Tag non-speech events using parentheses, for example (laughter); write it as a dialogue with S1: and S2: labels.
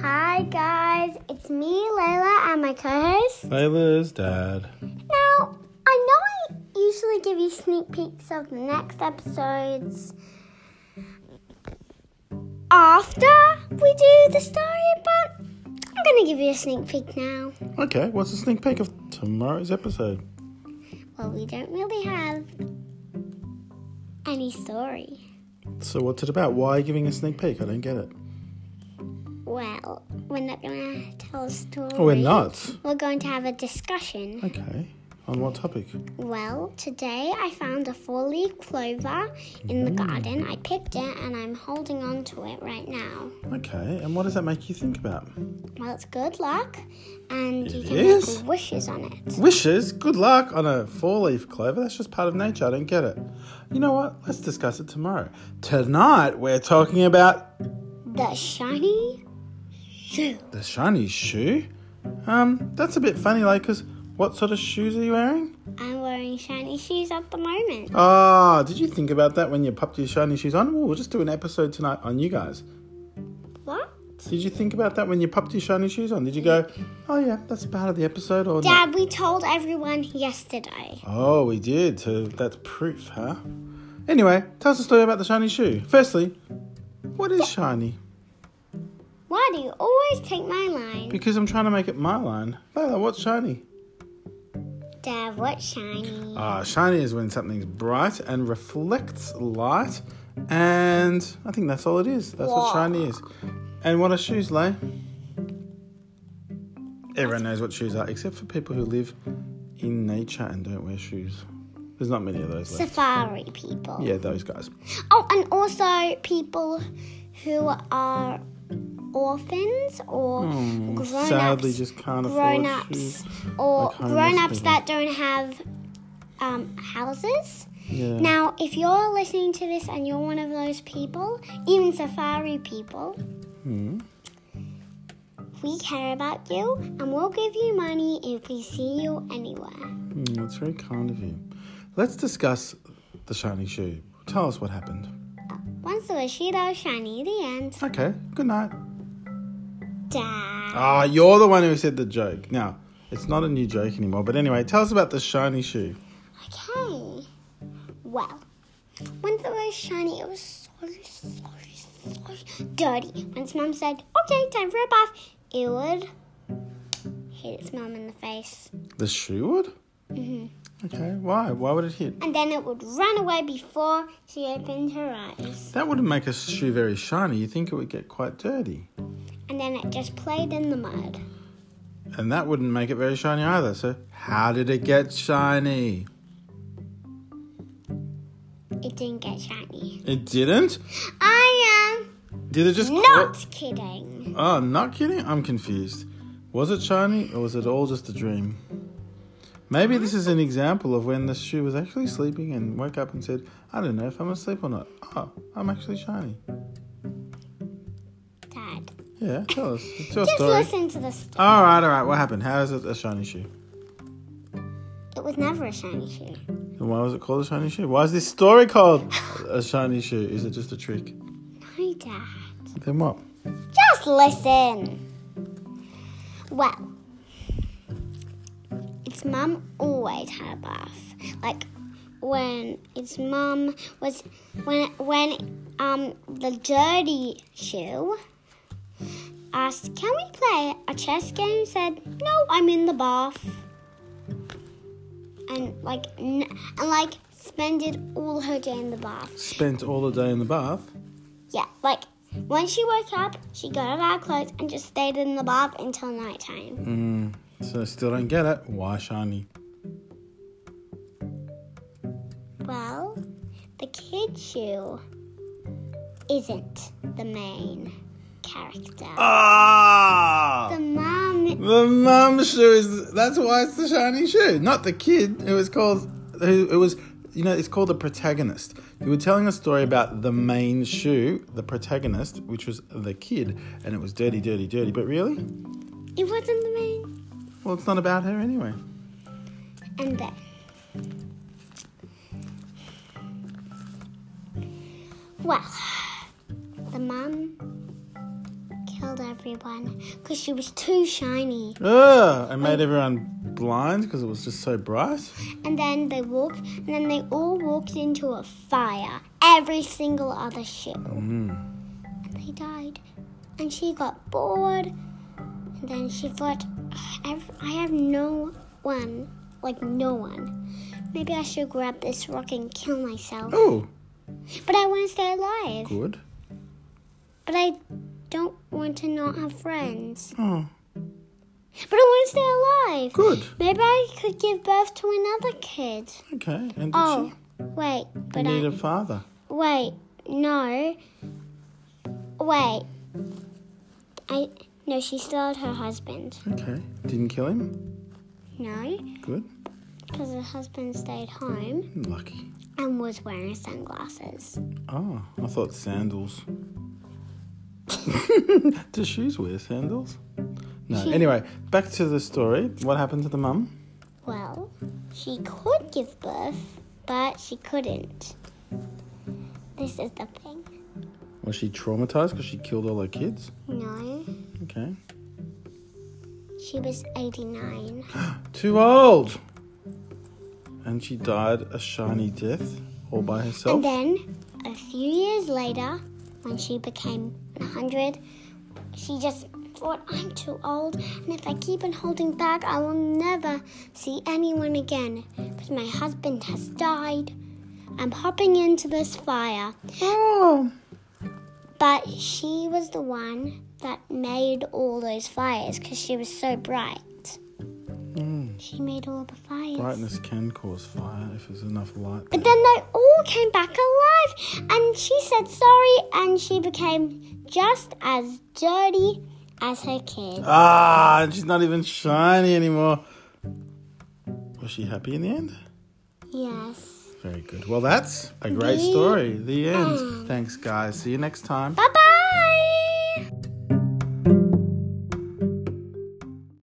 S1: Hi guys, it's me, Layla, and my co-host.
S2: Layla's dad.
S1: Now, I know I usually give you sneak peeks of the next episodes after we do the story, but I'm gonna give you a sneak peek now.
S2: Okay, what's a sneak peek of tomorrow's episode?
S1: Well, we don't really have any story.
S2: So, what's it about? Why are you giving a sneak peek? I don't get it.
S1: Well, we're not gonna tell a story.
S2: Oh, we're not.
S1: We're going to have a discussion.
S2: Okay. On what topic?
S1: Well, today I found a four leaf clover in the
S2: Mm.
S1: garden. I picked it and I'm holding on to it right now.
S2: Okay, and what does that make you think about?
S1: Well, it's good luck and you
S2: It
S1: can
S2: is?
S1: make wishes on it.
S2: Wishes, good luck on a four leaf clover. That's just part of nature. I don't get it. You know what? Let's discuss it tomorrow. Tonight, we're talking about
S1: The shiny shoe.
S2: the shiny shoe. Um, that's a bit funny, like, 'cause what sort of shoes are you wearing?
S1: I'm wearing shiny shoes at the moment.
S2: Ah, did you think about that when you popped your shiny shoes on? Ooh, we'll just do an episode tonight on you guys.
S1: What?
S2: Did you think about that when you popped your shiny shoes on? Did you go, oh yeah, that's part of the episode, or no?
S1: Dad, we told everyone yesterday.
S2: Oh, we did. So that's proof, huh? Anyway, tell us a story about the shiny shoe. Firstly, what is shiny?
S1: Why do you always take my line?
S2: Because I'm trying to make it my line. Layla, what's shiny?
S1: Dad, what's shiny?
S2: Ah, shiny is when something's bright and reflects light, and I think that's all it is. That's what shiny is. And what are shoes, Lay? Everyone knows what shoes are, except for people who live in nature and don't wear shoes. There's not many of those. Left.
S1: Safari people.
S2: Yeah, those guys.
S1: Oh, and also people who are orphans or grown
S2: Hmm, Sadly,
S1: ups,
S2: just can't afford
S1: grown ups,
S2: shoes.
S1: or
S2: Like homeless
S1: grown ups
S2: people.
S1: that don't have um, houses.
S2: Yeah.
S1: Now, if you're listening to this and you're one of those people, even safari people,
S2: Hmm.
S1: we care about you and we'll give you money if we see you anywhere.
S2: Hmm, that's very kind of you. Let's discuss the shiny shoe. Tell us what happened.
S1: Once the Bushido shiny, the end.
S2: Okay. Good night.
S1: Dad.
S2: Ah, you're the one who said the joke. Now, it's not a new joke anymore, but anyway, tell us about the shiny shoe.
S1: Okay. Well, once it was shiny, it was so, so, so dirty. Once mom said, okay, time for a bath, it would hit its mom in the face.
S2: The shoe would?
S1: Mhm.
S2: Okay, why? Why would it hit?
S1: And then it would run away before she opened her eyes.
S2: That wouldn't make a shoe very shiny. You think it would get quite dirty.
S1: And then it just played in the mud.
S2: And that wouldn't make it very shiny either. So, how did it get shiny?
S1: It didn't get shiny.
S2: It didn't?
S1: I am
S2: Did it just.
S1: not kidding.
S2: Oh, not kidding? I'm confused. Was it shiny or was it all just a dream? Maybe this is an example of when the shoe was actually sleeping and woke up and said, I don't know if I'm asleep or not. Oh, I'm actually shiny.
S1: Dad.
S2: Yeah, tell us. It's your
S1: Just
S2: story.
S1: listen to the story.
S2: All right, all right. What happened? How is it a shiny shoe?
S1: It was never a shiny shoe.
S2: And why was it called a shiny shoe? Why is this story called a shiny shoe? Is it just a trick?
S1: No, Dad.
S2: Then what?
S1: Just listen. Well, its mum always had a bath. Like when its mum was when when um the dirty shoe asked, "Can we play a chess game?" said, "No, I'm in the bath." And like n- and like spended all her day in the bath.
S2: Spent all the day in the bath.
S1: Yeah, like when she woke up, she got out of her clothes and just stayed in the bath until nighttime.
S2: Mm, so I still don't get it. Why shiny?
S1: Well, the kid shoe isn't the main character.
S2: Ah!
S1: The mum,
S2: The mum shoe is that's why it's the shiny shoe, not the kid. It was called who it was you know, it's called the protagonist. You were telling a story about the main shoe, the protagonist, which was the kid, and it was dirty, dirty, dirty. But really?
S1: it wasn't the main.
S2: Well it's not about her anyway.
S1: And then. Well, the mum killed everyone because she was too shiny.
S2: Ugh, it made everyone blind because it was just so bright.
S1: And then they walked, and then they all walked into a fire. Every single other shoe.
S2: Mm-hmm.
S1: And they died. And she got bored. And then she thought, "Ev- I have no one. Like, no one. Maybe I should grab this rock and kill myself.
S2: Oh,
S1: But I want to stay alive.
S2: good.
S1: But I don't want to not have friends.
S2: Oh,
S1: But I want to stay alive.
S2: good.
S1: Maybe I could give birth to another kid.
S2: Okay. And did
S1: Oh,
S2: she
S1: wait, but
S2: need
S1: I
S2: a father?
S1: wait. No. Wait. I no. She still had her husband.
S2: Okay. Didn't kill him?
S1: No,
S2: Good.
S1: because her husband stayed home
S2: Lucky.
S1: and was wearing sunglasses.
S2: Oh, I thought sandals. (laughs) Does shoes wear sandals? No.
S1: She-
S2: Anyway, back to the story. What happened to the mum?
S1: Well, she could give birth, but she couldn't. This is the thing.
S2: Was she traumatized because she killed all her kids?
S1: No,
S2: Okay.
S1: she was 89.
S2: Too old. And she died a shiny death all by
S1: And
S2: herself.
S1: then a few years later, when she became 100, she just thought, I'm too old, and if I keep on holding back, I will never see anyone again because my husband has died. I'm hopping into this fire.
S2: oh,
S1: But she was the one that made all those fires because she was so bright. She made all the fires.
S2: brightness can cause fire if there's enough light.
S1: But then they all came back alive, and she said sorry, and she became just as dirty as her kid.
S2: Ah, and she's not even shiny anymore. Was she happy in the end?
S1: Yes.
S2: Very good. Well, that's a great
S1: The
S2: story. The end. Thanks, guys. See you next time.
S1: Bye bye.